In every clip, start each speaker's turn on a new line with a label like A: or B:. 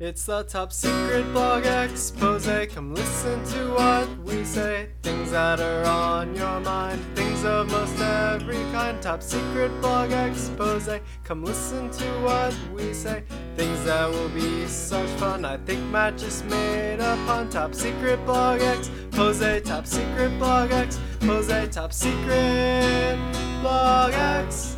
A: It's the top secret blog expose. Come listen to what we say. Things that are on your mind, things of most every kind. Top secret blog expose. Come listen to what we say. Things that will be such fun. I think Matt just made a pun. Top secret blog expose. Top secret blog expose. Top secret blog expose.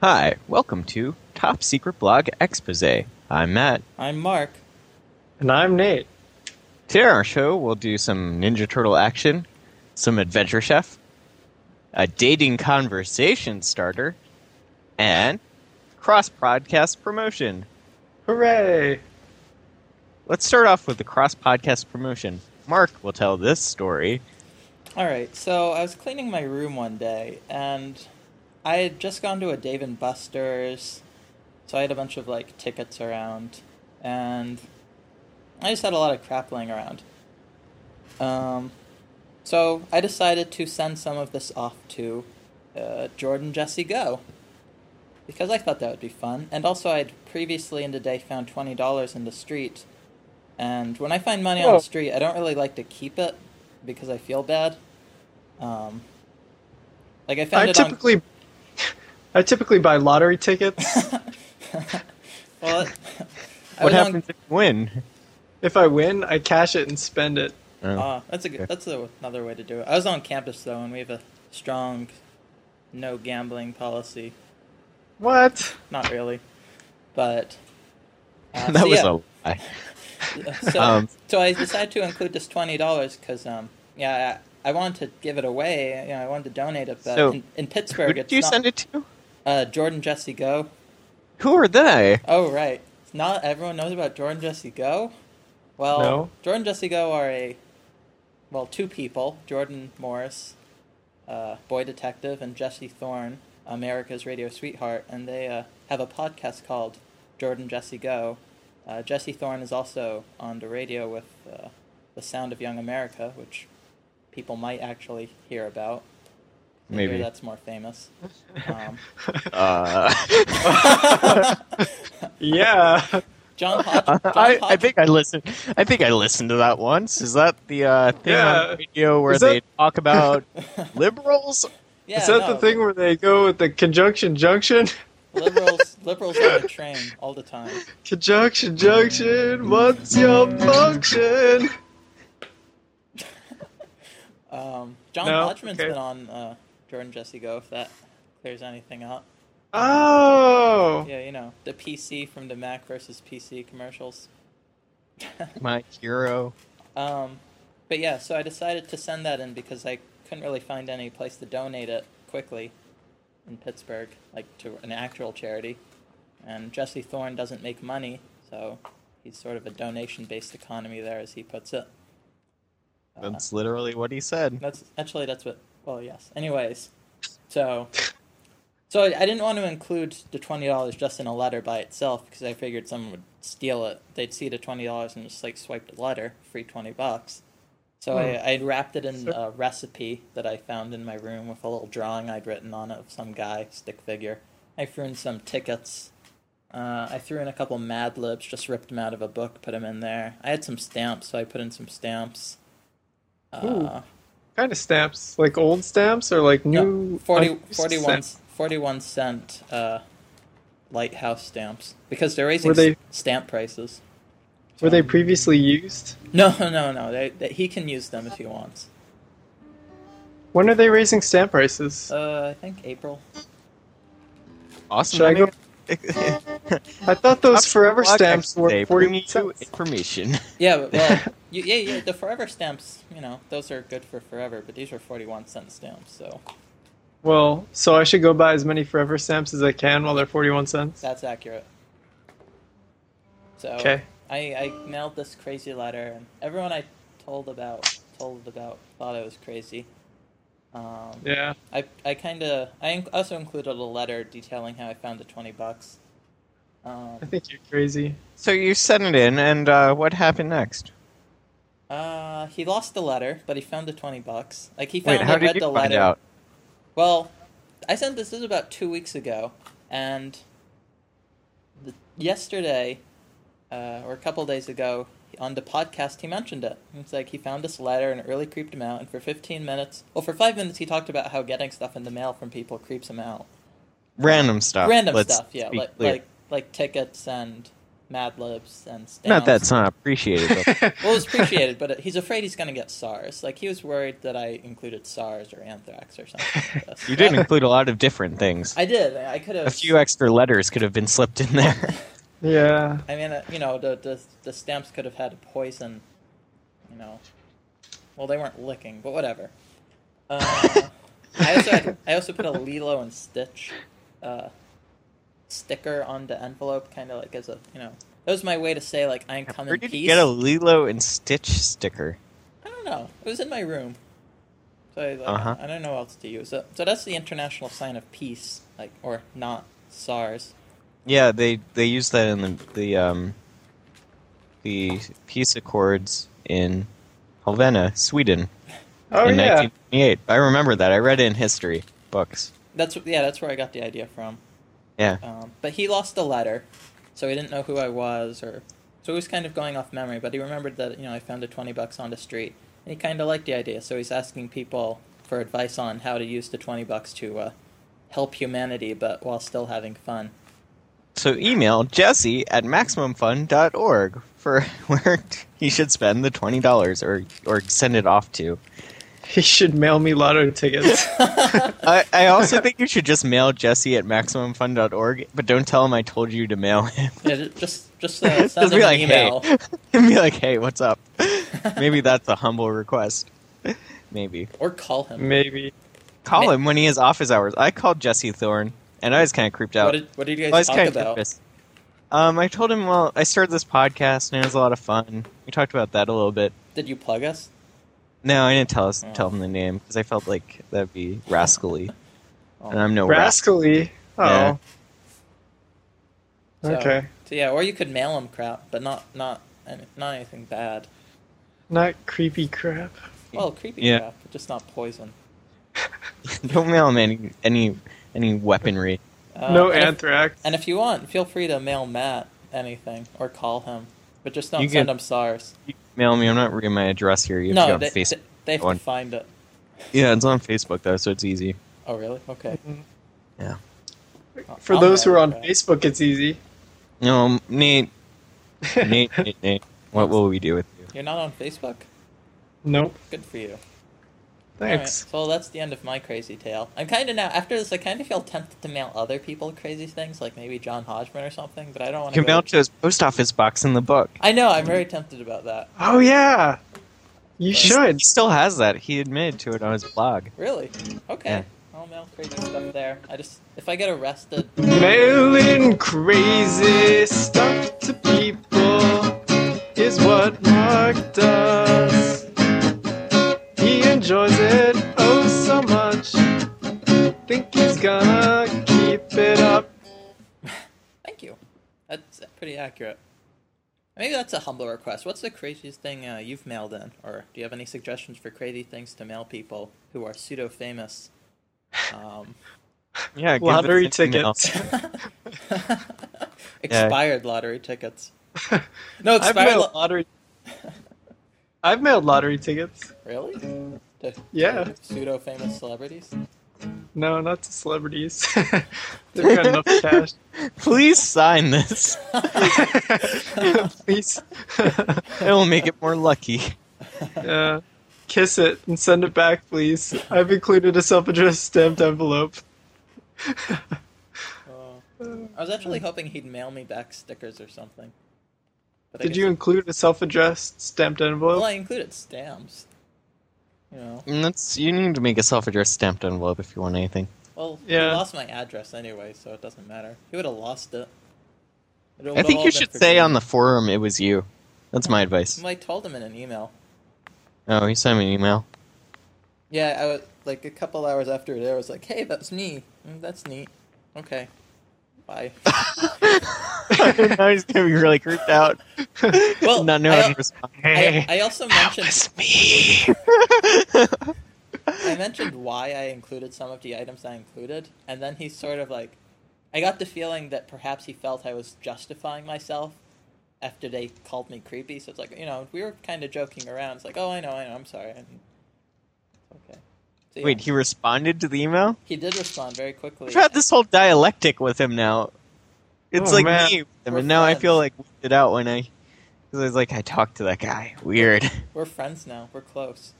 B: Hi, welcome to Top Secret Blog Exposé. I'm Matt.
C: I'm Mark.
A: And I'm Nate.
B: Today on our show, we'll do some Ninja Turtle action, some Adventure Chef, a dating conversation starter, and cross podcast promotion.
A: Hooray!
B: Let's start off with the cross podcast promotion. Mark will tell this story.
C: All right, so I was cleaning my room one day, and I had just gone to a Dave and Buster's, so I had a bunch of like tickets around, and I just had a lot of crap laying around. Um, so I decided to send some of this off to uh, Jordan Jesse Go because I thought that would be fun, and also I'd previously in the day found twenty dollars in the street, and when I find money on
A: Oh.
C: the street, I don't really like to keep it because I feel bad. Um, like I found
A: I
C: it on.
A: typically, I typically buy lottery tickets
C: Well, it- I
B: What
C: was on-
B: happens if you win?
A: if I win, I cash it and spend it.
B: Oh,
C: Ah, that's a good, that's a, another way to do it. I was on campus though, and we have a strong no gambling policy.
A: What?
C: Not really, but uh,
B: that
C: so,
B: was
C: yeah.
B: a lie.
C: so,
B: Um.
C: so I decided to include this twenty dollars because um yeah I, I wanted to give it away you know I wanted to donate it but
B: So,
C: in, in
B: Who
C: Pittsburgh
B: did
C: it's
B: you
C: not,
B: send it to?
C: uh Jordan Jesse Go
B: Who are they?
C: oh right not everyone knows about Jordan Jesse Go well
A: No.
C: Jordan Jesse Go are a well two people Jordan Morris uh, boy detective and Jesse Thorne America's radio sweetheart and they uh, have a podcast called Jordan Jesse Go Uh, Jesse Thorne is also on the radio with uh, The Sound of Young America, which people might actually hear about. I hear
B: Maybe.
C: that's more famous. Um,
B: Uh,
A: Yeah.
C: John, Hodg- John
B: I, I
C: Hodg-
B: think I listened. I think I listened to that once. Is that the uh, thing
A: Yeah.
B: on radio where
A: Is
B: they
A: that-
B: talk about liberals?
C: yeah,
A: Is that the
C: no,
A: thing where they go with the conjunction junction?
C: liberals, liberals on the train all the time.
A: Conjunction junction, what's your function?
C: Um, John
A: No,
C: Hodgman's
A: okay.
C: been on uh, Jordan Jesse Go, if that clears anything up.
A: Oh.
C: Yeah, you know, the PC from the Mac versus PC commercials.
B: My hero.
C: Um, but yeah, so I decided to send that in because I couldn't really find any place to donate it quickly in Pittsburgh, like to an actual charity. And Jesse Thorne doesn't make money, so he's sort of a donation based economy there, as he puts it.
B: That's literally what he said.
C: That's actually that's what. Well, yes. Anyways, so so I, I didn't want to include the twenty dollars just in a letter by itself because I figured someone would steal it. They'd see the twenty dollars and just like swipe the letter, free twenty bucks. So I, I wrapped it in a recipe that I found in my room with a little drawing I'd written on it of some guy stick figure. I threw in some tickets. Uh, I threw in a couple Mad Libs, just ripped them out of a book, put them in there. I had some stamps, so I put in some stamps. Uh,
A: Kind of stamps, like old stamps or like new.
C: no, 40,
A: unused
C: 41,
A: stamps?
C: 41 cent uh, lighthouse stamps because they're raising
A: Were they-
C: s- stamp prices.
A: Were they previously used?
C: No, no, no. They, they, he can use them if he wants.
A: When are they raising stamp prices?
C: Uh, I think April.
B: Awesome.
A: Should I go- I thought those forever
B: Blog
A: stamps were
B: Exposé,
A: 40
B: bringing you
A: cents.
B: information.
C: Yeah, but, well, you, yeah, yeah. The forever stamps, you know, those are good for forever. But these are forty-one cent stamps, so
A: Well, so I should go buy as many forever stamps as I can while they're 41 cents.
C: that's accurate. So
A: Okay.
C: I, I mailed this crazy letter, and everyone I told about told about thought I was crazy. Um,
A: Yeah.
C: I I kind of I inc- also included a letter detailing how I found the twenty bucks. Um,
A: I think you're crazy.
B: so you sent it in, and uh, what happened next?
C: uh, he lost the letter, but he found the twenty bucks. Like he found
B: Wait, how
C: it,
B: did
C: read
B: you
C: the
B: find
C: letter.
B: out?
C: Well, I sent this, this is about two weeks ago, and the, yesterday, uh, or a couple days ago, on the podcast, he mentioned it. It's like he found this letter and it really creeped him out. And for 15 minutes, well, for five minutes, he talked about how getting stuff in the mail from people creeps him out.
B: Random stuff.
C: Random
B: Uh, Let's
C: stuff, yeah,
B: be
C: like,
B: clear.
C: like like tickets and Mad Libs and stamps.
B: not that's not appreciated. but-
C: Well, it was appreciated, but he's afraid he's going to get SARS. Like he was worried that I included SARS or anthrax or something. Like this.
B: You did include a lot of different things.
C: I did. I could have.
B: A few extra letters could have been slipped in there.
A: Yeah.
C: I mean, uh, you know, the, the the stamps could have had a poison, you know. Well, they weren't licking, but whatever. Uh, I also had, I also put a Lilo and Stitch uh, sticker on the envelope, kind of like as a you know. That was my way to say like I'm coming
B: Where did
C: peace.
B: you get a Lilo and Stitch sticker?
C: I don't know. It was in my room. So I, like,
B: Uh-huh.
C: I don't know how else to use it. So that's the international sign of peace, like or not SARS.
B: Yeah, they they used that in the the um the peace accords in Helvena, Sweden,
A: Oh
B: in
A: yeah.
B: 1928. I remember that. I read it in history books.
C: That's yeah, that's where I got the idea from.
B: Yeah.
C: Um, but he lost a letter, so he didn't know who I was, or so he was kind of going off memory. But he remembered that you know I found a twenty bucks on the street, and he kind of liked the idea. So he's asking people for advice on how to use the twenty bucks to uh, help humanity, but while still having fun.
B: So email Jesse at maximumfun.org for where you should spend the twenty dollars or or send it off to.
A: He should mail me lotto tickets.
B: I, I also think you should just mail Jesse at maximumfun.org, but don't tell him I told you to mail him.
C: Yeah, ju- just just uh, send
B: just
C: him
B: be like,
C: an email.
B: hey, and be like, hey, what's up? Maybe that's a humble request. Maybe
C: Or call him.
A: Maybe.
B: call
C: Ma-
B: him when he has office hours. I called Jesse Thorne, and I was kind of creeped out.
C: What did, what did you
B: I
C: guys
B: was
C: talk
B: kind of
C: about?
B: nervous. Um, I told him, well, I started this podcast, and it was a lot of fun. We talked about that a little bit.
C: Did you plug us?
B: No, I didn't tell us
C: Oh.
B: tell him the name because I felt like that'd be rascally,
C: Oh.
B: and I'm no rascal.
A: Rascally. Oh.
C: So-
A: Okay.
C: So yeah, or you could mail him crap, but not not any- not anything bad.
A: Not creepy crap.
C: Well, creepy
B: Yeah.
C: crap, but just not poison.
B: Don't mail him any any any weaponry.
C: Uh,
A: no
C: and if-
A: anthrax.
C: And if you want, feel free to mail Matt anything or call him, but just don't
B: You
C: send
B: can-
C: him SARS.
B: You can mail me. I'm not reading my address here. You have to go
C: No, they,
B: on Facebook.
C: they, they have
B: Go on.
C: to find it.
B: Yeah, it's on Facebook though, so it's easy.
C: Oh, really? Okay.
A: For
C: I'll
A: Mm-hmm. those who
C: mail
A: are
C: it
A: on
C: crap.
A: Facebook, it's easy.
B: No, um, Nate, Nate, Nate, Nate, what will we do with you?
C: You're not on Facebook.
A: nope.
C: Good for you.
A: Thanks.
C: All right, so that's the end of my crazy tale. I'm kind of now after this, I kind of feel tempted to mail other people crazy things, like maybe John Hodgman or something. But I don't want
B: You
C: to.
B: can mail to his post office box in the book.
C: I know. I'm very tempted about that.
A: Oh yeah. You
C: Thanks.
B: He
A: should.
B: still has that. He admitted to it on his blog.
C: Really? Okay.
B: Yeah.
C: I'll mail crazy stuff there. I just if I get arrested,
A: Mailing crazy stuff to people is what Mark does. He enjoys it oh so much. Think he's gonna keep it up.
C: thank you. That's pretty accurate. Maybe that's a humble request. What's the craziest thing uh, you've mailed in, or do you have any suggestions for crazy things to mail people who are pseudo famous? Um,
B: Yeah, give
A: Lottery
B: us an email.
A: tickets.
C: expired lottery tickets. No
A: I've
C: expired.
A: mailed
C: lo-
A: lottery. I've mailed lottery tickets.
C: really? To
A: Yeah.
C: Pseudo famous celebrities.
A: No, not to celebrities. They've got enough cash.
B: Please sign this.
A: Please.
B: It'll make it more lucky.
A: Yeah. Kiss it and send it back, please. I've included a self addressed stamped envelope.
C: Oh. I was actually hoping he'd mail me back stickers or something. But I
A: Did
C: guess-
A: you include a self addressed stamped envelope?
C: Well, I included stamps. You know.
B: And that's you need to make a self-addressed stamped envelope if you want anything.
C: Well,
A: Yeah.
C: he lost my address anyway, so it doesn't matter. He would have lost it. It would've
B: I think
C: all
B: you
C: been
B: should say on
C: forgiven.
B: the forum it was you. That's my advice.
C: Well, I told him in an email.
B: Oh, he sent me an email.
C: Yeah, I was like a couple hours after it, aired, I was like, "Hey, that's me. Mm, That's neat. Okay, bye."
B: now he's gonna be really creeped out.
C: Well,
B: not knowing
C: I-
B: how to respond.
C: I, I also mentioned
B: me.
C: I mentioned why I included some of the items I included, and then he sort of like, I got the feeling that perhaps he felt I was justifying myself after they called me creepy. So it's like, you know, we were kind of joking around. It's like, oh, I know, I know, I'm sorry. And, okay. So, yeah, Oh,
B: Wait, he responded to the email?
C: he did respond very quickly.
B: I've had this whole dialectic with him now. It's
A: Oh,
B: like
A: man.
B: me with him,
C: We're
B: and now I feel
C: friends.
B: like it out when I, because I was like, I talked to that guy. Weird.
C: We're friends now. We're close.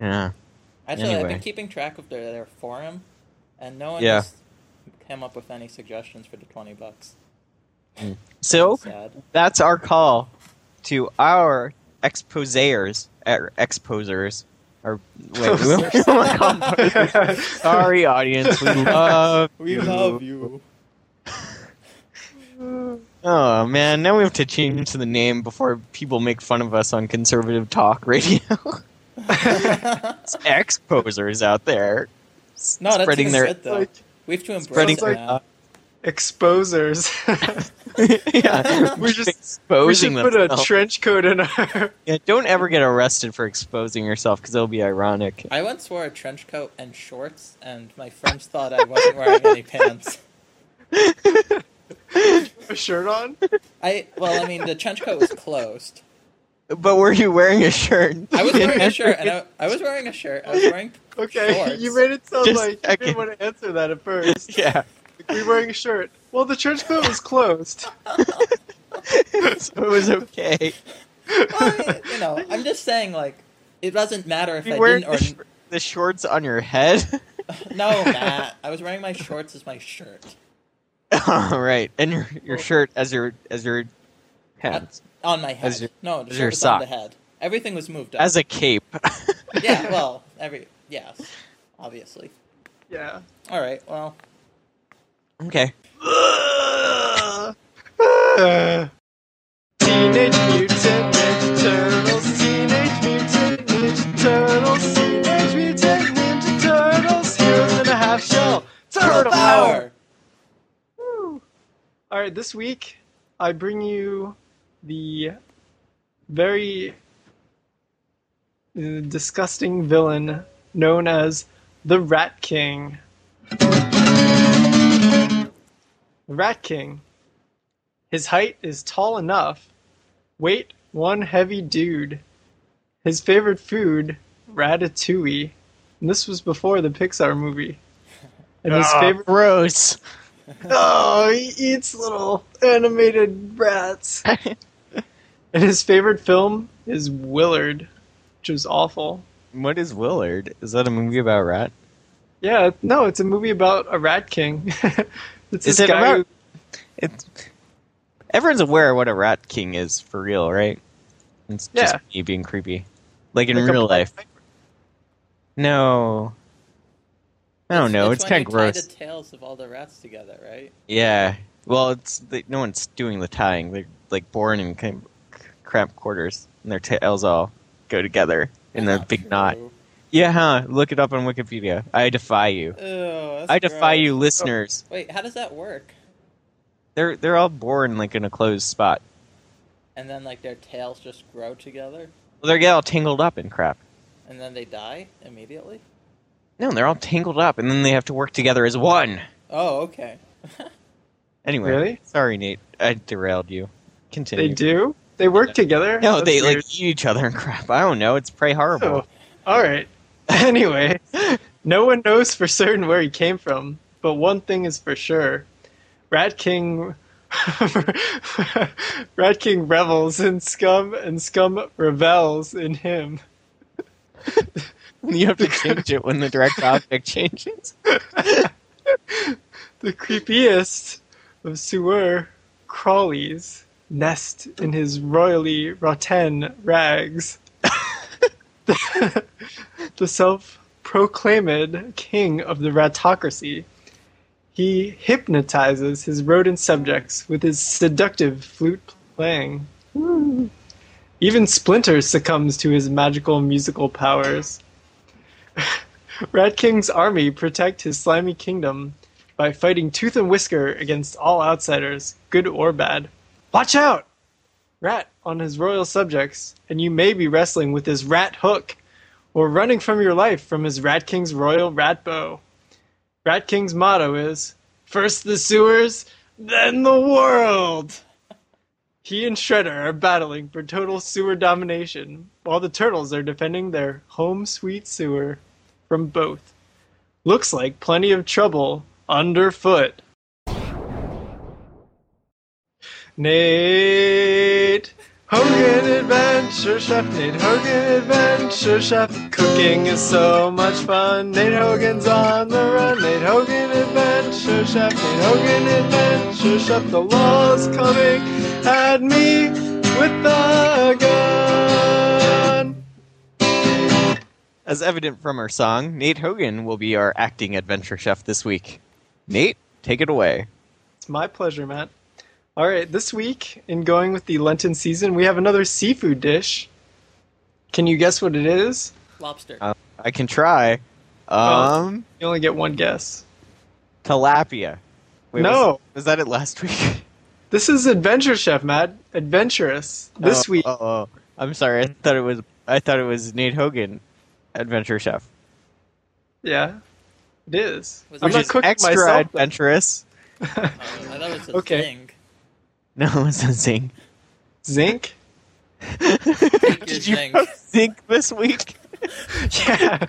B: Yeah.
C: Actually, I've been
B: Anyway.
C: keeping track of their, their forum, and no one
B: Yeah.
C: has come up with any suggestions for the twenty bucks.
B: So
C: Sad.
B: that's our call to our exposers, er, exposers. Or wait, we won't- we won't call them posers. sorry, audience. We love. you.
C: you.
B: Oh man, now we have to change the name before people make fun of us on conservative talk radio. It's exposers out there, s-
C: No, that's
B: spreading
C: even
B: their
C: good, though.
A: like-
C: We have to embrace
B: spreading
C: it
A: like-
C: now.
A: Exposers.
B: yeah,
A: We just- we should
B: exposing
A: put a
B: themselves.
A: trench coat in our.
B: yeah, don't ever get arrested for exposing yourself because it'll be ironic.
C: I once wore a trench coat and shorts, and my friends thought I wasn't wearing any pants.
A: a shirt on.
C: I well, I mean, the trench coat was closed.
B: But were you wearing a shirt?
C: I was wearing a shirt, and I, I was wearing a shirt. I was wearing
A: Okay,
C: shorts.
A: you made it sound
B: Just
A: like you
B: checking.
A: didn't want to answer that at first.
B: yeah.
A: Like, we were wearing a shirt. Well, the trench coat was closed.
B: so it was okay.
C: Well, I mean, you know, I'm just saying, like, it doesn't matter if
B: You
C: I
B: wearing
C: didn't or
B: the, sh- the shorts on your head?
C: no, Matt. I was wearing my shorts as my shirt.
B: All right, and your your shirt as your as your pants
C: On my head.
B: As your-
C: no, the
B: as
C: shirt
B: your
C: was on the
B: sock.
C: head. Everything was moved up.
B: as a cape.
C: yeah, well, every yes, obviously.
A: Yeah.
C: All right, well,
B: okay.
A: Teenage Mutant Ninja Turtles. Teenage Mutant Ninja Turtles. Teenage Mutant Ninja Turtles. Heroes in a half shell. Turtle power. All right, this week I bring you the very uh, disgusting villain known as the Rat King. The Rat King. His height is tall enough. Weight, one heavy dude. His favorite food, ratatouille. And this was before the Pixar movie. And his
B: Ah,
A: favorite
B: gross.
A: Oh, he eats little animated rats. and his favorite film is Willard, which is awful.
B: What is Willard? Is that a movie about rat?
A: Yeah, no, it's a movie about a rat king. it's
B: Is
A: this
B: it
A: guy who-
B: about- It's everyone's aware of what a rat king is for real, right? It's just
A: Yeah.
B: me being creepy, like in
A: like a
B: real
A: Black
B: life.
A: Panther.
B: No, I don't know. Oh, It's,
C: when
B: kind
C: you
B: of
C: tie
B: gross.
C: The tails of all the rats together, right?
B: Yeah. Well, it's they, no one's doing the tying. They're like born in kind of cramped quarters, and their tails all go together in a
C: Not
B: big knot.
C: true.
B: Yeah, huh? Look it up on Wikipedia. I defy you.
C: Ew, that's
B: I defy
C: gross.
B: you, listeners.
C: Wait, how does that work?
B: They're they're all born like in a closed spot.
C: And then like their tails just grow together,
B: Well, they get all tangled up in crap.
C: and then they die immediately.
B: No, they're all tangled up, and then they have to work together as one.
C: Oh, okay.
B: Anyway,
A: Really?
B: sorry, Nate. I derailed you. Continue.
A: They do? They work together?
B: No,
A: That's
B: they
A: weird.
B: like eat each other and crap. I don't know. It's pretty horrible.
A: Oh, all right. Anyway, no one knows for certain where he came from, but one thing is for sure: Rat King, Rat King revels in scum, and scum revels in him.
B: You have to change it when the direct object changes.
A: The creepiest of sewer crawlies nest in his royally rotten rags. the, self-proclaimed king of the ratocracy. He hypnotizes his rodent subjects with his seductive flute playing. Woo. Even Splinter succumbs to his magical musical powers. Rat King's army protect his slimy kingdom by fighting tooth and whisker against all outsiders, good or bad. Watch out! Rat on his royal subjects, and you may be wrestling with his rat hook, or running from your life from his Rat King's royal rat bow. Rat King's motto is first the sewers, then the world. He and Shredder are battling for total sewer domination, while the turtles are defending their home sweet sewer from both. Looks like plenty of trouble underfoot. Nate Hogan Adventure Chef, Nate Hogan Adventure Chef. Cooking is so much fun. Nate Hogan's on the run. Nate Hogan Adventure Chef, Nate Hogan Adventure Chef. The law's coming at me with the gun.
B: As evident from our song, Nate Hogan will be our acting adventure chef this week. Nate, take it away.
A: It's my pleasure, Matt. All right, this week in going with the Lenten season, we have another seafood dish. Can you guess what it is?
C: Lobster.
B: Uh, I can try. Um,
A: You only get one guess.
B: tilapia. Wait, was-
A: No.
B: was, that it last week?
A: This is Adventure Chef, Matt. Adventurous. This
B: Oh,
A: week.
B: Oh, oh. I'm sorry. I thought it was. I thought it was Nate Hogan, adventure chef.
A: Yeah, it is.
C: Was
A: I'm
C: it
A: not
B: Which is
A: cooking
B: extra
A: myself.
B: adventurous.
C: oh, I thought it was a
A: Okay.
C: thing.
B: No, it's not zinc.
A: Zinc?
B: Did you
C: zinc.
B: cook zinc this week?
A: Yeah.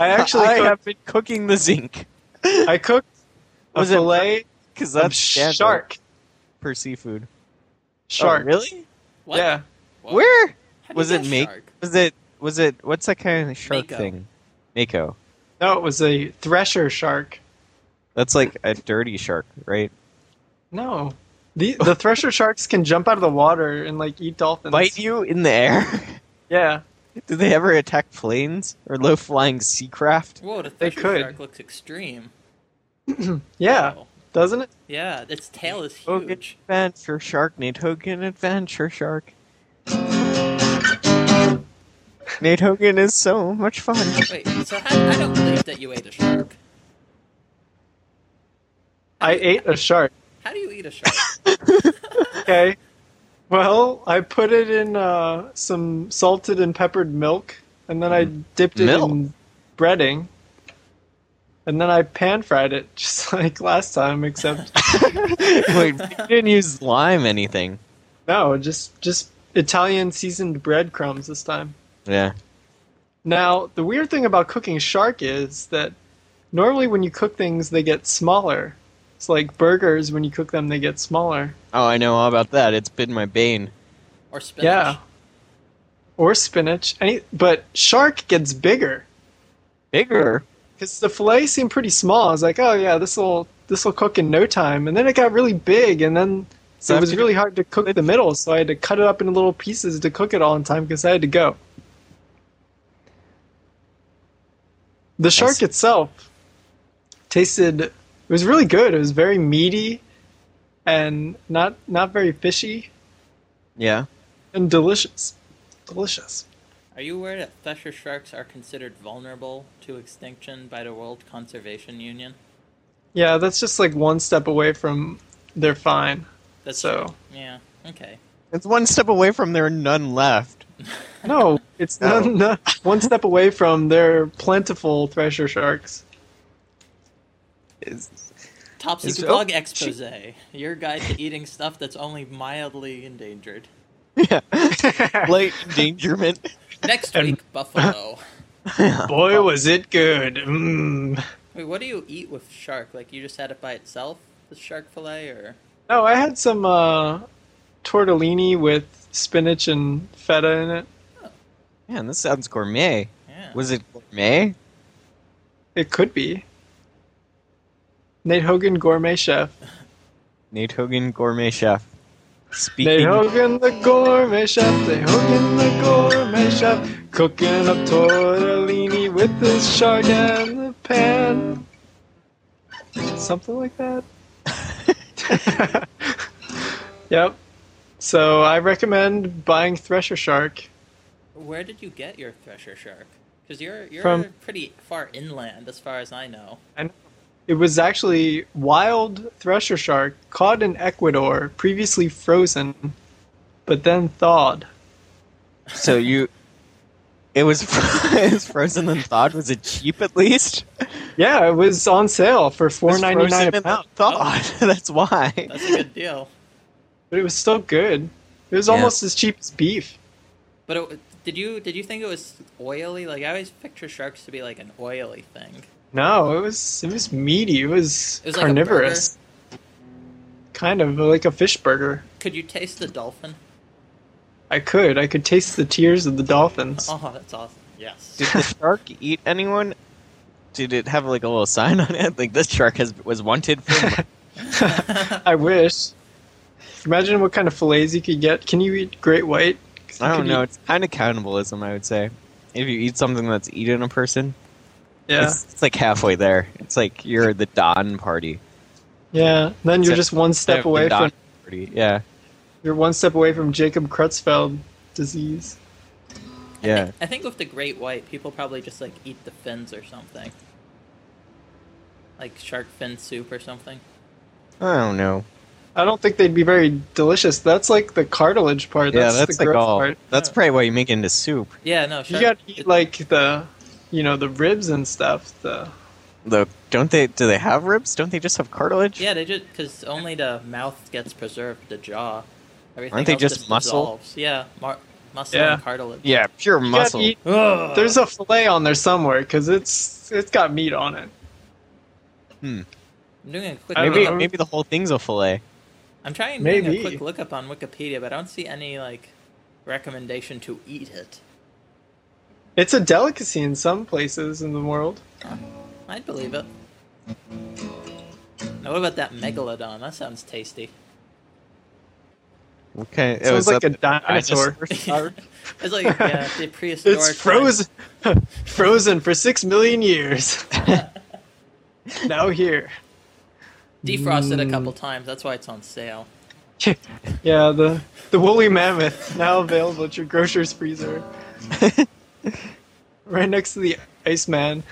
A: I actually
B: I
A: cooked,
B: have been cooking the zinc
A: I cooked a
B: Was it-
A: fillet
B: because
A: of
B: that's standard
A: shark.
B: for seafood. Oh,
A: Shark.
B: really?
C: What?
A: Yeah.
C: What?
B: Where
C: How do you
B: was it?
C: get
B: Make
C: shark?
B: was it? Was it? What's that kind of shark
C: Mako.
B: thing? Mako.
A: No, it was a thresher shark.
B: That's like a dirty shark, right?
A: No. The, the thresher sharks can jump out of the water and like eat dolphins.
B: Bite you in the air.
A: Yeah.
B: Did they ever attack planes or low flying sea craft?
C: Whoa, the thresher
A: could.
C: shark looks extreme.
A: Yeah.
C: Wow.
A: Doesn't it?
C: Yeah, its tail is huge.
B: Hogan Adventure Shark, Nate Hogan Adventure Shark. Nate Hogan is so much fun.
C: Wait, so how, I don't believe that you ate a shark.
A: I ate a shark.
C: How do you eat a shark?
A: Okay. Well, I put it in uh, some salted and peppered milk, and then I dipped it
B: Mm. Milk?
A: in breading, and then I pan fried it just like last time. Except
B: Wait, you didn't use lime anything.
A: no, just just Italian seasoned breadcrumbs this time.
B: Yeah.
A: Now, the weird thing about cooking shark is that normally when you cook things, they get smaller. It's like burgers when you cook them, they get smaller.
B: Oh, I know all about that. It's been my bane.
C: Or spinach?
A: Yeah. Or spinach. Any, but shark gets bigger.
B: Bigger.
A: because the fillet seemed pretty small. I was like, oh yeah, this will this will cook in no time. And then it got really big, and then
B: So
A: it was
B: after-
A: really hard to cook the middle. So I had to cut it up into little pieces to cook it all in time because I had to go. The shark
B: see.
A: itself tasted. It was really good. It was very meaty, and not not very fishy,
B: Yeah.
A: and delicious. Delicious.
C: Are you aware that thresher sharks are considered vulnerable to extinction by the World Conservation Union?
A: Yeah, that's just like one step away from they're fine.
C: That's
A: So-
C: true. Yeah. Okay.
B: It's one step away from there are none left.
A: No, it's
B: No.
A: None, no- one step away from their plentiful thresher sharks.
B: It's-
C: Top
B: Is
C: Secret
B: it- oh,
C: Blog Expose, your guide to eating stuff that's only mildly endangered.
B: yeah. Light endangerment.
C: Next
A: And-
C: week, buffalo.
A: Boy, was it good. Mm.
C: Wait, what do you eat with shark? Like, you just had it by itself, the shark fillet, or
A: No, I had some uh, tortellini with spinach and feta in it.
B: Man, this sounds gourmet.
C: yeah?
B: Was it gourmet?
A: It could be. Nate Hogan, gourmet chef.
B: Nate Hogan, gourmet chef.
A: Nate
B: Speaking
A: Hogan, the gourmet chef. Nate Hogan, the gourmet chef. Cooking up tortellini with the shark and the pan. Something like that. yep. So I recommend buying Thresher Shark.
C: Where did you get your thresher shark? Because you're you're
A: From-
C: pretty far inland, as far as I know.
A: It was actually wild Thresher Shark caught in Ecuador, previously frozen, but then thawed.
B: So you It was, it was frozen and thawed. Was it cheap at least?
A: Yeah, it was on sale for four
B: It's
A: ninety nine
B: frozen
A: a
B: and
A: pound,
B: Thawed. That's why.
C: That's a good deal.
A: but it was still good. It was
B: Yeah.
A: almost as cheap as beef.
C: But it, did you did you think it was oily? Like I always picture sharks to be like an oily thing.
A: No, it was it was meaty. It was,
C: It was like a
A: carnivorous. kind of like a fish burger.
C: Could you taste the dolphin?
A: I could. I could taste the tears of the dolphins.
C: Oh, that's awesome. Yes.
B: Did the shark eat anyone? Did it have like a little sign on it? Like this shark has was wanted for
A: I wish. Imagine what kind of fillets you could get. Can you eat great white? 'Cause you
B: I don't
A: could
B: know.
A: eat-
B: It's kind of cannibalism, I would say. If you eat something that's eaten a person,
A: yeah,
B: it's, it's like halfway there. It's like you're the Don party.
A: yeah. Then you're just one
B: The-
A: step
B: the
A: away
B: Don
A: from
B: party. Yeah,
A: you're one step away from Jacob Creutzfeldt disease.
B: yeah.
C: I think with the great white, people probably just like eat the fins or something. Like shark fin soup or something.
B: I don't know.
A: I don't think they'd be very delicious. That's like the cartilage part.
B: yeah,
A: That's,
B: that's
A: the
B: like
A: gross
B: all.
A: part.
B: That's probably why you make it into soup.
C: Yeah, no,
A: You
C: shark.
A: gotta eat like the, you know, the ribs and stuff. The
B: Though, don't they? Do they have ribs? Don't they just have cartilage?
C: yeah, they just because only the mouth gets preserved, the jaw, everything.
B: Aren't they
C: else
B: just muscle?
C: dissolves. Yeah, mar- muscle
A: Yeah.
C: and cartilage.
B: Yeah, pure
A: You gotta
B: muscle.
A: eat-
C: Ugh.
A: there's a fillet on there somewhere because it's it's got meat on it.
C: I'm doing a quick.
A: I don't
B: Maybe
A: know.
C: lookup-
B: maybe the whole thing's a fillet.
C: I'm trying doing
A: Maybe.
C: a quick lookup on Wikipedia, but I don't see any like recommendation to eat it.
A: It's a delicacy in some places in the world.
C: I'd believe it. Now, what about that megalodon? That sounds tasty.
B: Okay, it
A: Sounds
B: was
A: like
B: up
A: a
B: in the
A: dinosaur.
B: dinosaur.
C: it's like yeah, the prehistoric.
A: It's
C: time.
A: frozen, frozen for six million years. now here,
C: Defrosted a couple
B: Mm.
C: times. That's why it's on sale.
A: yeah, the the woolly mammoth now available at your grocer's freezer, right next to the Iceman.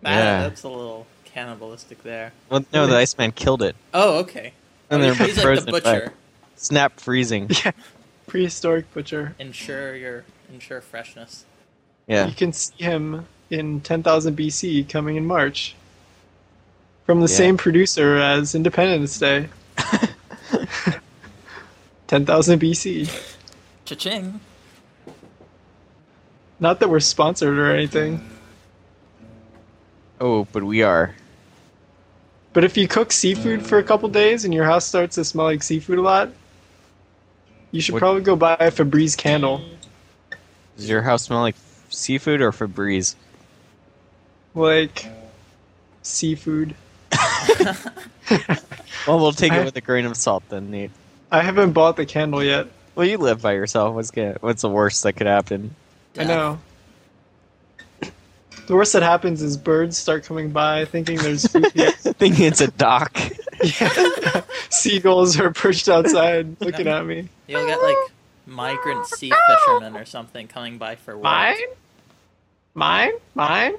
C: Man,
B: Yeah.
C: that's a little cannibalistic there.
B: well, no, the Iceman killed it.
C: Oh, okay.
B: And
C: Oh,
B: they're
C: he's like
B: frozen
C: the
B: back.
C: butcher.
B: Snap freezing.
A: Yeah, prehistoric butcher.
C: Ensure your ensure freshness.
B: Yeah.
A: You can see him in 10,000 BC coming in March from the
B: Yeah.
A: same producer as Independence Day. 10,000 BC.
C: Cha-ching.
A: Not that we're sponsored or anything,
B: Oh, but we are.
A: but if you cook seafood for a couple days and your house starts to smell like seafood a lot, you should
B: What-
A: probably go buy a Febreze candle.
B: Does your house smell like seafood or Febreze?
A: Like, seafood.
B: Well, we'll take
A: I-
B: it with a grain of salt then, Nate.
A: I haven't bought the candle yet.
B: Well, you live by yourself. What's gonna, What's the worst that could happen?
A: I know. The worst that happens is birds start coming by thinking there's food here.
B: Thinking it's a dock.
A: Yeah. Seagulls are perched outside looking at me.
C: You'll get like migrant sea fishermen or something coming by for work.
A: Mine? Mine?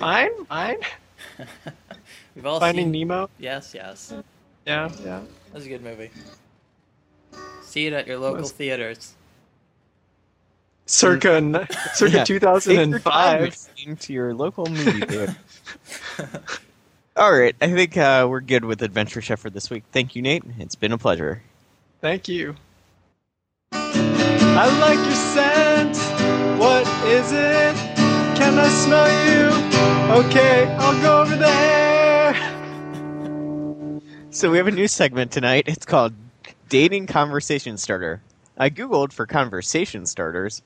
A: mine? Mine?
C: We've all
A: Finding
C: seen.
A: Nemo?
C: Yes, yes.
A: Yeah, yeah.
C: That's a good movie. See it at your local
A: Was-
C: theaters.
A: Circa n- circa
B: Yeah. Take your
A: 2005.
B: time listening to your local movie theater. All right, I think uh, we're good with Adventure Chef for this week. Thank you, Nate. It's been a pleasure.
A: Thank you. I like your scent. What is it? Can I smell you? Okay, I'll go over there.
B: So we have a new segment tonight. It's called Dating Conversation Starter. I googled for conversation starters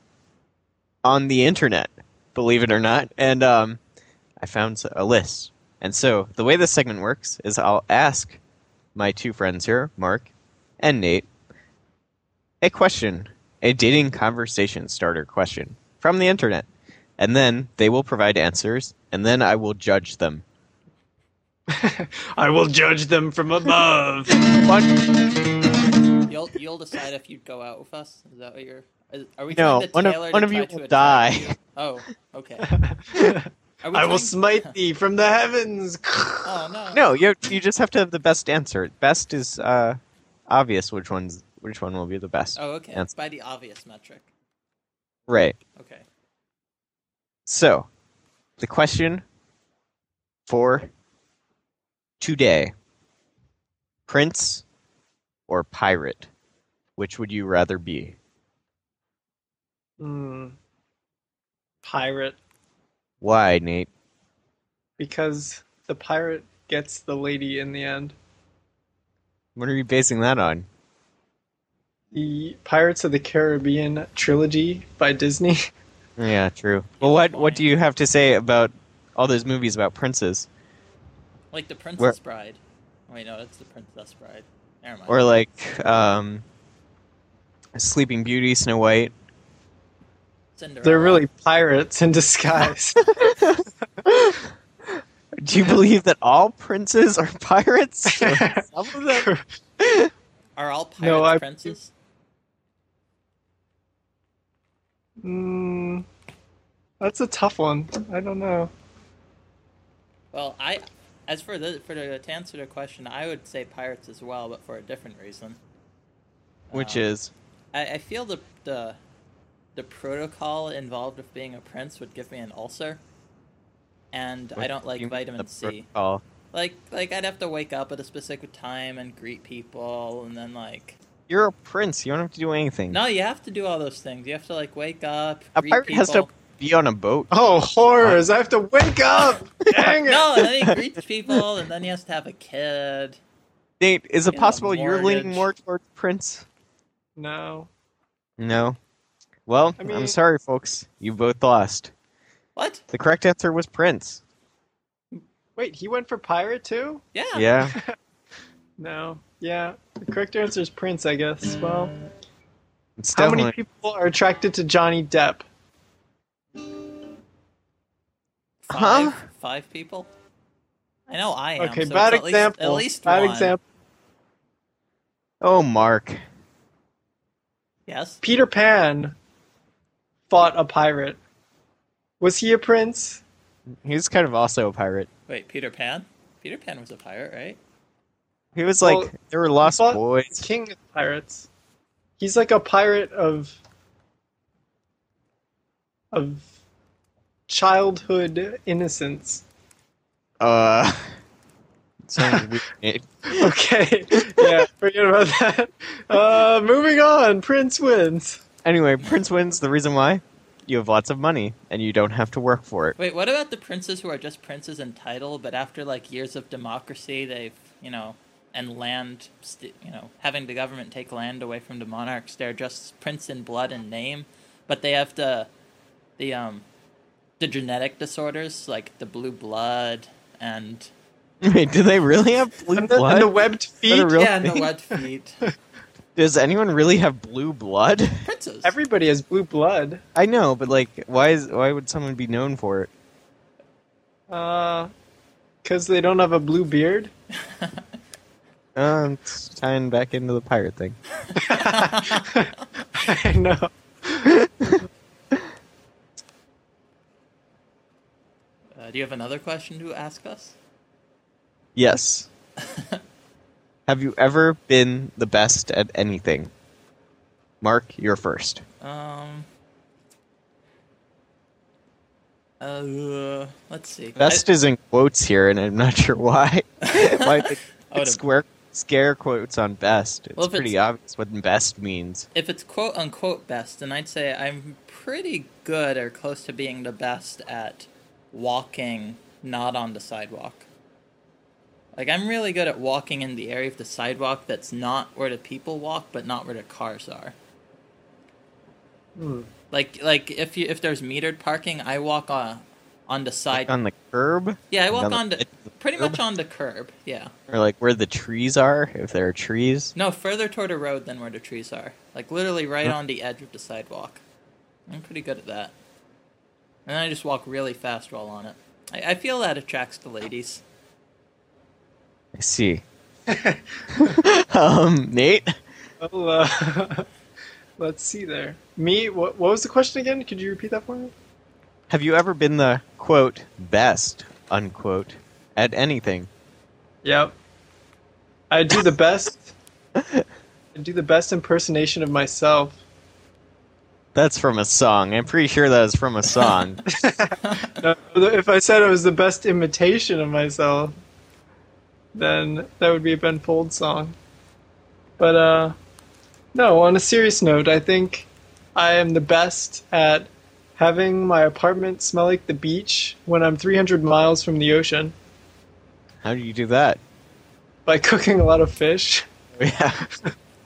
B: on the internet, believe it or not, and um, I found a list. And so the way this segment works is I'll ask my two friends here, Mark and Nate, a question, a dating conversation starter question from the internet. And then they will provide answers, and then I will judge them.
A: I will judge them from above.
C: You'll you'll decide if you'd go out with us. Is that what you're? Is, are we
B: No,
C: trying to
B: one of-
C: tailor to
B: one of
C: try
B: you
C: to
B: will
C: attract
B: die.
C: you? Oh, okay. Are we
A: I will
C: trying-
A: smite thee from the heavens.
C: Oh no.
B: No, you you just have to have the best answer. Best is uh, obvious which one's which one will be the best.
C: Oh, okay.
B: That's-
C: By the obvious metric.
B: Right.
C: Okay.
B: So, the question for today Prince or pirate? Which would you rather be?
A: Hmm. Pirate.
B: Why, Nate?
A: Because the pirate gets the lady in the end.
B: What are you basing that on?
A: The Pirates of the Caribbean trilogy by Disney.
B: Yeah, true. Well, what what do you have to say about all those movies about princes,
C: Like the Princess
B: Where-
C: Bride. Wait, no, that's the Princess Bride. Never mind.
B: or like um, Sleeping Beauty, Snow White?
C: Cinderella.
A: They're really pirates in disguise.
B: Do you believe that all princes are pirates? Some of them.
C: Are all pirates
A: No, I-
C: princes?
A: Hmm. That's a tough one. I don't know.
C: Well, I, as for the for the to answer the question, I would say pirates as well, but for a different reason.
B: Which
C: Um,
B: is
C: I, I feel the the the protocol involved with being a prince would give me an ulcer, and I don't like
B: You mean
C: vitamin
B: the
C: C.
B: protocol.
C: Like like I'd have to wake up at a specific time and greet people, and then like
B: You're a prince. You don't have to do anything.
C: no, you have to do all those things. You have to like wake up.
B: a
C: greet
B: pirate has to
C: people.
B: be on a boat.
A: Oh, horrors! I have to wake up! Dang it!
C: No, and then he greets people, and then he has to have a kid.
B: Nate, is it
C: Yeah,
B: possible you're leaning
C: mortgage.
B: more towards prince?
A: No.
B: No. Well,
A: I
B: I'm
A: mean-
B: sorry, folks. You both lost.
C: What?
B: The correct answer was prince.
A: Wait, he went for pirate too?
C: Yeah.
B: Yeah.
A: No. Hmm. Yeah. The correct answer is Prince, I guess. Well,
B: It's
A: how
B: definitely
A: many people are attracted to Johnny Depp?
C: Five,
B: Huh?
C: five people. I know I am.
A: Okay,
C: so
A: bad
C: it's at
A: example.
C: Least, at least
A: bad
C: one.
A: example.
B: Oh, Mark.
C: Yes.
A: Peter Pan fought a pirate. Was he a prince?
B: He's kind of also a pirate.
C: Wait, Peter Pan. Peter Pan was a pirate, right?
B: He was like
A: Well,
B: there were lost
A: thought-
B: boys.
A: King of pirates. He's like a pirate of of childhood innocence.
B: Uh, sounds weird. Nate.
A: Okay. yeah, forget about that. Uh, moving on. Prince wins.
B: Anyway, Prince wins. The reason why you have lots of money and you don't have to work for it.
C: Wait, what about the princes who are just princes in title, but after like years of democracy, they've you know, and land, st- you know, having the government take land away from the monarchs, they're just prince in blood and name, but they have the, the um, the genetic disorders like the blue blood and
B: Wait, do they really have blue
A: And the,
B: blood?
A: and the webbed
B: that a
A: feet.
B: real-
C: yeah, and the
B: thing?
C: wet feet.
B: Does anyone really have blue blood?
C: princes.
A: Everybody has blue blood.
B: I know, but like, why is why would someone be known for it?
A: Uh, because they don't have a blue beard.
B: Um, it's tying back into the pirate thing.
A: I know.
C: Uh, do you have another question to ask us?
B: Yes. have you ever been the best at anything? Mark, you're first.
C: Um. Uh, let's see.
B: Best is in quotes here, and I'm not sure why. why they
C: I would've-
B: square scare quotes on best? It's
C: Well, if
B: pretty
C: it's-
B: obvious what best means.
C: if it's quote unquote best, then I'd say I'm pretty good or close to being the best at walking not on the sidewalk. Like I'm really good at walking in the area of the sidewalk that's not where the people walk, but not where the cars are.
A: Hmm.
C: Like like if you if there's metered parking, I walk on on the side.
B: on the curb,
C: yeah, I walk
B: another-
C: on the pretty
B: curb?
C: much on the curb. Yeah.
B: or like where the trees are, if there are trees.
C: No, further toward a road than where the trees are. Like literally right on the edge of the sidewalk. I'm pretty good at that. And I just walk really fast while on it. I, I feel that attracts the ladies.
B: I see. um, Nate,
A: Well, uh, let's see there. Me, what, what was the question again? Could you repeat that for me?
B: have you ever been the quote best unquote at anything?
A: Yep. I do the best and do the best impersonation of myself.
B: That's from a song. I'm pretty sure that is from a song.
A: No, if I said it was the best imitation of myself, then that would be a Ben Folds song. But uh, no. On a serious note, I think I am the best at having my apartment smell like the beach when I'm 300 miles from the ocean
B: How do you do that?
A: by cooking a lot of fish.
B: Yeah.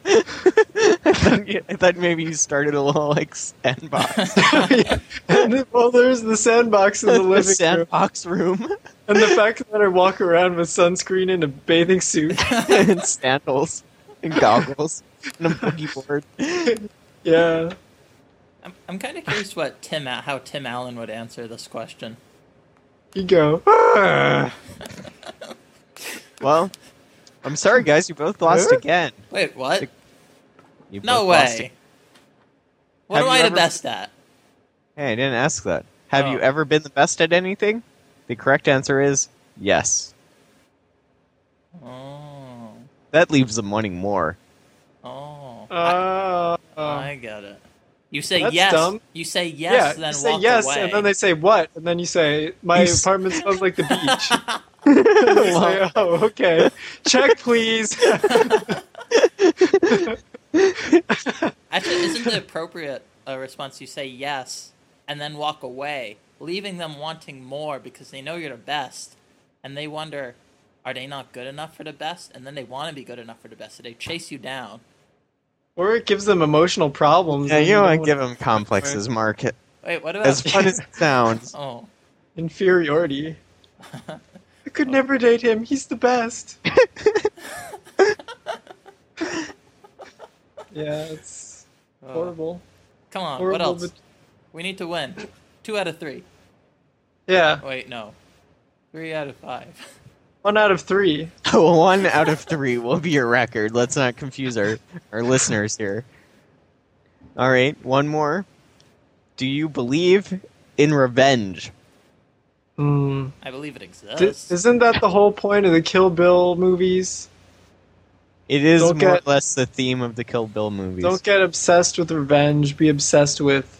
B: I, thought you- I thought maybe you started a little like sandbox.
A: And, well, there's the sandbox in the
B: the
A: living room,
B: sandbox room
A: and the fact that I walk around with sunscreen and a bathing suit.
B: and sandals and goggles and a boogie board.
A: Yeah.
C: I'm, I'm kind of curious what Tim Al- how Tim Allen would answer this question.
A: You go. "Ah."
B: Well, I'm sorry, guys. You both lost
A: Huh?
B: again.
C: Wait, what?
B: You
C: No
B: both lost
C: way.
B: ag-
C: What
B: Have
C: am
B: you
C: I the
B: ever-
C: best at?
B: Hey, I didn't ask that. Have
C: Oh.
B: you ever been the best at anything? The correct answer is yes.
C: Oh,
B: That leaves them wanting more.
C: oh,
A: Ah.
C: I get it. You say
A: That's
C: yes.
A: dumb.
C: You say
A: yeah,
C: yes, then
A: you say
C: walk
A: yes,
C: away.
A: and then they say what, and then you say my
B: You s-
A: apartment smells like the beach. And they say, oh, okay. Check, please.
C: Actually, isn't the appropriate uh, response you say yes and then walk away, leaving them wanting more because they know you're the best, and they wonder, are they not good enough for the best? And then they want to be good enough for the best, so they chase you down.
A: or it gives them emotional problems.
B: Yeah,
A: and
B: you don't
A: don't
B: want to give
A: want
B: them complexes, Mark.
C: Wait, what about?
B: As fun as it sounds.
C: oh,
A: inferiority. I could never date him. He's the best. yeah, it's
C: uh,
A: horrible.
C: come on,
A: horrible.
C: what else?
A: but-
C: We need to win. Two out of three.
A: yeah,
C: Wait, no. Three out of five.
A: one out of three.
B: One out of three will be your record. Let's not confuse our, our listeners here. All right, one more. Do you believe in revenge?
A: Hmm.
C: I believe it
A: D-
C: exists.
A: isn't that the whole point of the Kill Bill movies?
B: It is
A: Don't
B: more
A: get-
B: or less the theme of the Kill Bill movies.
A: Don't get obsessed with revenge. Be obsessed with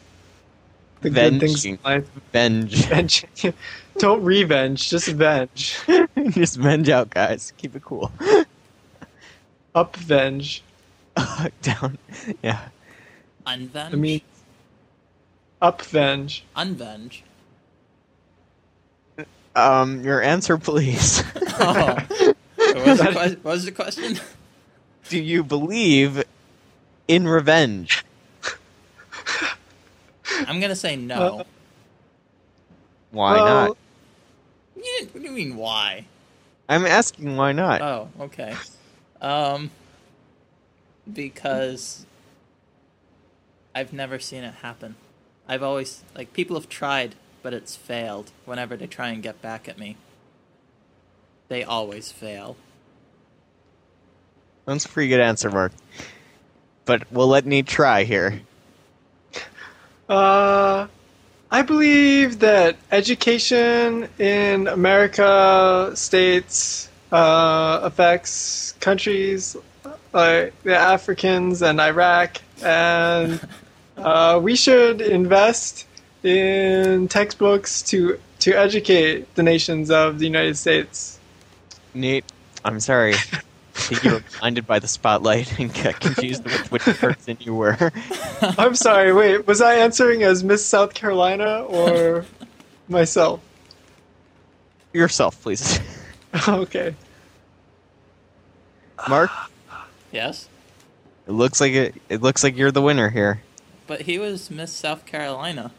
A: the good things in
B: Venging.
A: life.
B: Venge.
A: Venge. Don't revenge, just venge.
B: Just venge out, guys. Keep it cool.
A: Up venge.
B: Uh, Down. Yeah.
C: Unvenge?
A: I mean, up venge.
C: Unvenge?
B: Um, your answer, please.
C: Oh. what, was the que- what was the question?
B: Do you believe in revenge?
C: I'm going to say no.
B: Uh, Why
A: Well,
B: not?
C: You didn't, what do you mean, why?
B: I'm asking why not.
C: Oh, okay. Um, because I've never seen it happen. I've always, like, people have tried, but it's failed whenever they try and get back at me. They always fail.
B: That's a pretty good answer, Mark. But we'll let me try here.
A: Uh, I believe that education in America, states, uh, affects countries like the Africans and Iraq, and uh, we should invest in textbooks to to educate the nations of the United States.
B: Nate, I'm sorry. I think you were blinded by the spotlight and got confused with which person you were.
A: I'm sorry. Wait, was I answering as Miss South Carolina or myself?
B: Yourself, please.
A: Okay.
B: Mark,
C: Yes?
B: it looks like it, it looks like you're the winner here.
C: But he was Miss South Carolina.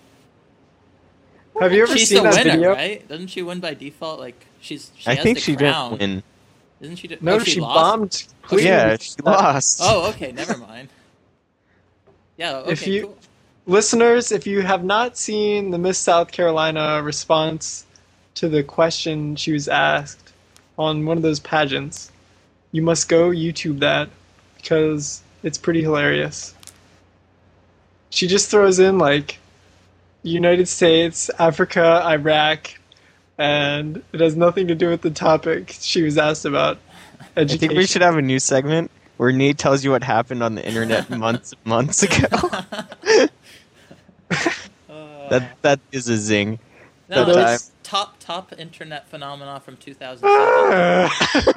A: Have you ever
C: She's
A: seen
C: the
A: that
C: winner,
A: video?
C: right? Doesn't she win by default? Like she's. She
B: I
C: has
B: think
C: the
B: she
C: crown.
B: didn't win.
C: Isn't she? do-
A: No,
C: oh,
A: she,
C: lost?
A: bombed.
C: Oh, she-
B: Yeah, she lost.
C: Oh, okay. Never mind. Yeah. Okay.
A: If you-
C: cool.
A: Listeners, if you have not seen the Miss South Carolina response to the question she was asked on one of those pageants, you must go YouTube that because it's pretty hilarious. She just throws in like United States, Africa, Iraq, and it has nothing to do with the topic she was asked about.
B: I
A: Education.
B: think we should have a new segment where Need tells you what happened on the internet months months ago.
C: Uh,
B: that that is a zing.
C: no,
B: that
C: it's top top internet phenomena from 2007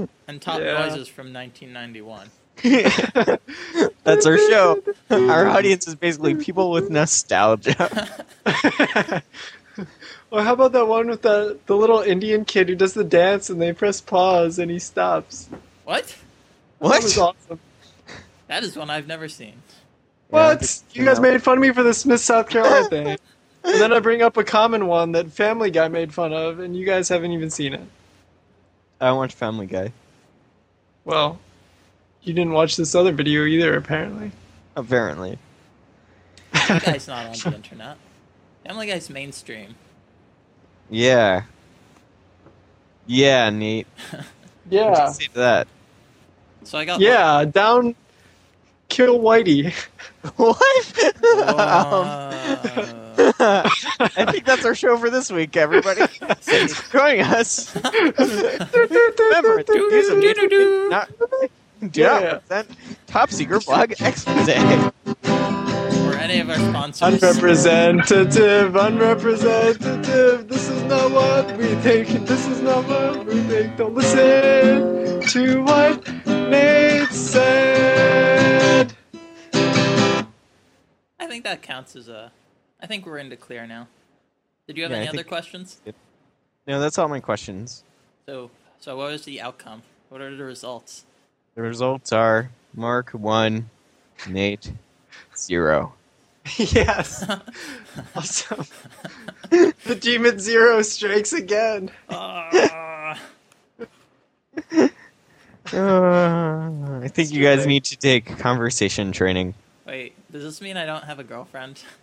C: and top
A: Yeah.
C: noises from 1991.
B: That's our show. Our audience is basically people with nostalgia.
A: Or how about that one with the, the little Indian kid who does the dance and they press pause and he stops?
C: What?
A: That was
B: What?
A: awesome.
C: That is one I've never seen.
A: What?
B: Yeah,
A: you guys
B: no.
A: made fun of me for the Smith South Carolina thing. And then I bring up a common one that Family Guy made fun of, and you guys haven't even seen it.
B: I watch Family Guy.
A: Well, you didn't watch this other video either, apparently.
B: Apparently,
C: That guy's not on the internet. Family Guy's mainstream.
B: yeah, yeah, neat. What you
A: Yeah.
B: say to that?
C: So I got
A: Yeah, down. Kill Whitey.
B: What?
C: Whoa.
B: Um, I think that's our show for this week, everybody. Thanks for joining us. Remember, do use them.
C: Do-do-do-do.
B: Not, do
A: Yeah.
B: not represent Top Secret Blog Expose.
C: or any of our sponsors.
A: Unrepresentative, unrepresentative. This is not what we think. This is not what we think. Don't listen to what Nate said.
C: I think that counts as a. I think we're into clear now. Did you have
B: Yeah, I
C: any other
B: think-
C: questions?
B: No, that's all my questions.
C: So, so what was the outcome? What are the results?
B: The results are Mark 1, Nate 0.
A: Yes. awesome. the Demon Zero strikes again.
C: Ah.
B: Uh, I think you guys need to take conversation training.
C: wait, does this mean I don't have a girlfriend?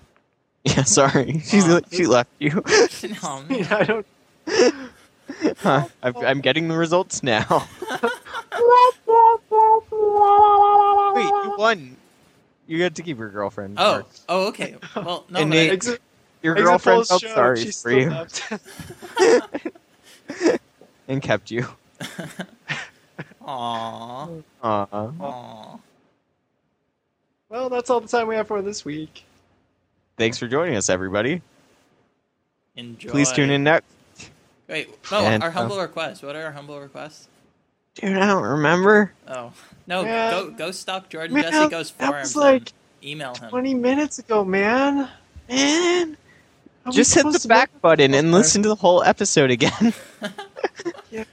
B: Yeah, sorry. She's,
C: Oh.
B: she left you.
C: no,
A: I mean,
C: man.
A: I don't.
B: Huh. I'm, I'm getting the results now. Wait, you won. You had to keep your girlfriend.
C: Oh, oh, okay. Well, no,
B: And
C: but I-
B: Nate-
A: Exit,
B: your
A: exit
B: girlfriend
A: polls
B: felt
A: show
B: sorry
A: she's
B: for
A: still
B: you
A: left.
B: and kept you.
C: Aw,
B: Aw.
C: aw.
A: well, that's all the time we have for this week.
B: Thanks for joining us, everybody.
C: Enjoy.
B: Please tune in next.
C: Wait, no,
B: And,
C: our
B: uh,
C: humble request. What are our humble requests?
B: Dude, I don't remember.
C: Oh no,
A: Yeah.
C: go go stalk Jordan
A: Man,
C: Jesse goes
A: that
C: forums.
A: was like
C: and email him.
A: 20 minutes ago, man.
B: Man.
A: How we
B: Just hit
A: supposed
B: the
A: to
B: back button
A: Supposed
B: and
A: to-
B: listen to the whole episode again.
A: know-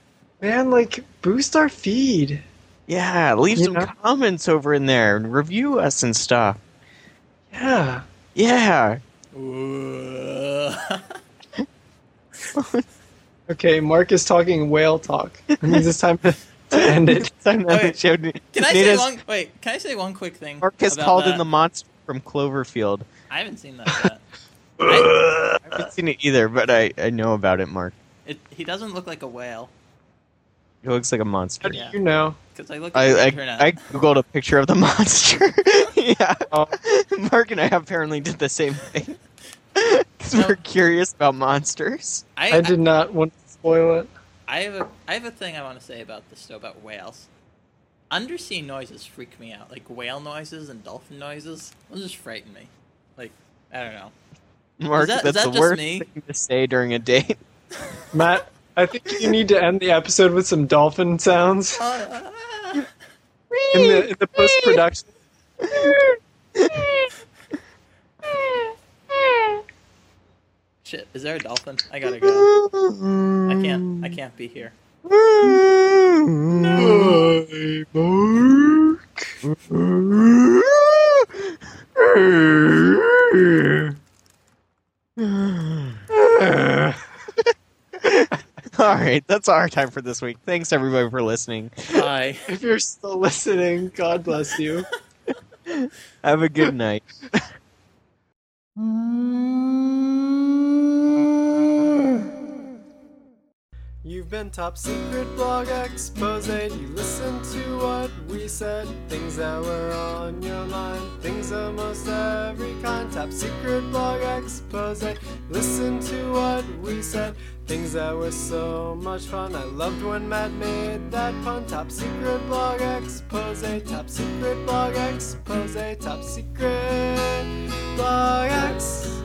A: Man, like, boost our feed.
B: yeah, leave
A: You
B: some
A: know?
B: comments over in there and review us and stuff.
A: Yeah.
B: Yeah.
C: Ooh.
A: Okay, Mark is talking whale talk. It means it's time to end it.
B: Time to end the show.
C: Can I say
B: Nina's-
C: one? Wait, can I say one quick thing?
B: Marcus
C: about
B: called
C: that?
B: in the monster from Cloverfield.
C: I haven't seen that yet. I-
B: I haven't seen it either, but I, I know about it, Mark.
C: it, he doesn't look like a whale
B: He looks like a monster.
A: How do
C: Yeah.
A: you know?
C: because I looked at
B: I,
C: the
B: I,
C: internet.
B: I googled a picture of the monster. yeah.
A: Oh.
B: Mark and I apparently did the same thing. Because
C: No.
B: we're curious about monsters.
C: I,
A: I did not want to spoil it.
C: I, have a I have a thing I want to say about this though about whales. Undersea noises freak me out, like whale noises and dolphin noises. Those just frighten me. Like I don't know.
B: Mark,
C: that- is
B: that's
C: that
B: the
C: just
B: worst
C: me?
B: thing to say during a date.
A: Matt, I think you need to end the episode with some dolphin sounds in the, in the post production.
C: Shit, is there a dolphin? I gotta go. I can't I can't be here.
B: All right, that's our time for this week. Thanks everybody for listening.
C: Bye.
A: If you're still listening, God bless you.
B: Have a good night.
A: You've been top secret blog expose. You listened to what we said, things that were on your mind, things of most every kind. Top secret blog expose. Listen to what we said, things that were so much fun. I loved when Matt made that pun. Top secret blog expose. Top secret blog expose. Top secret blog expose.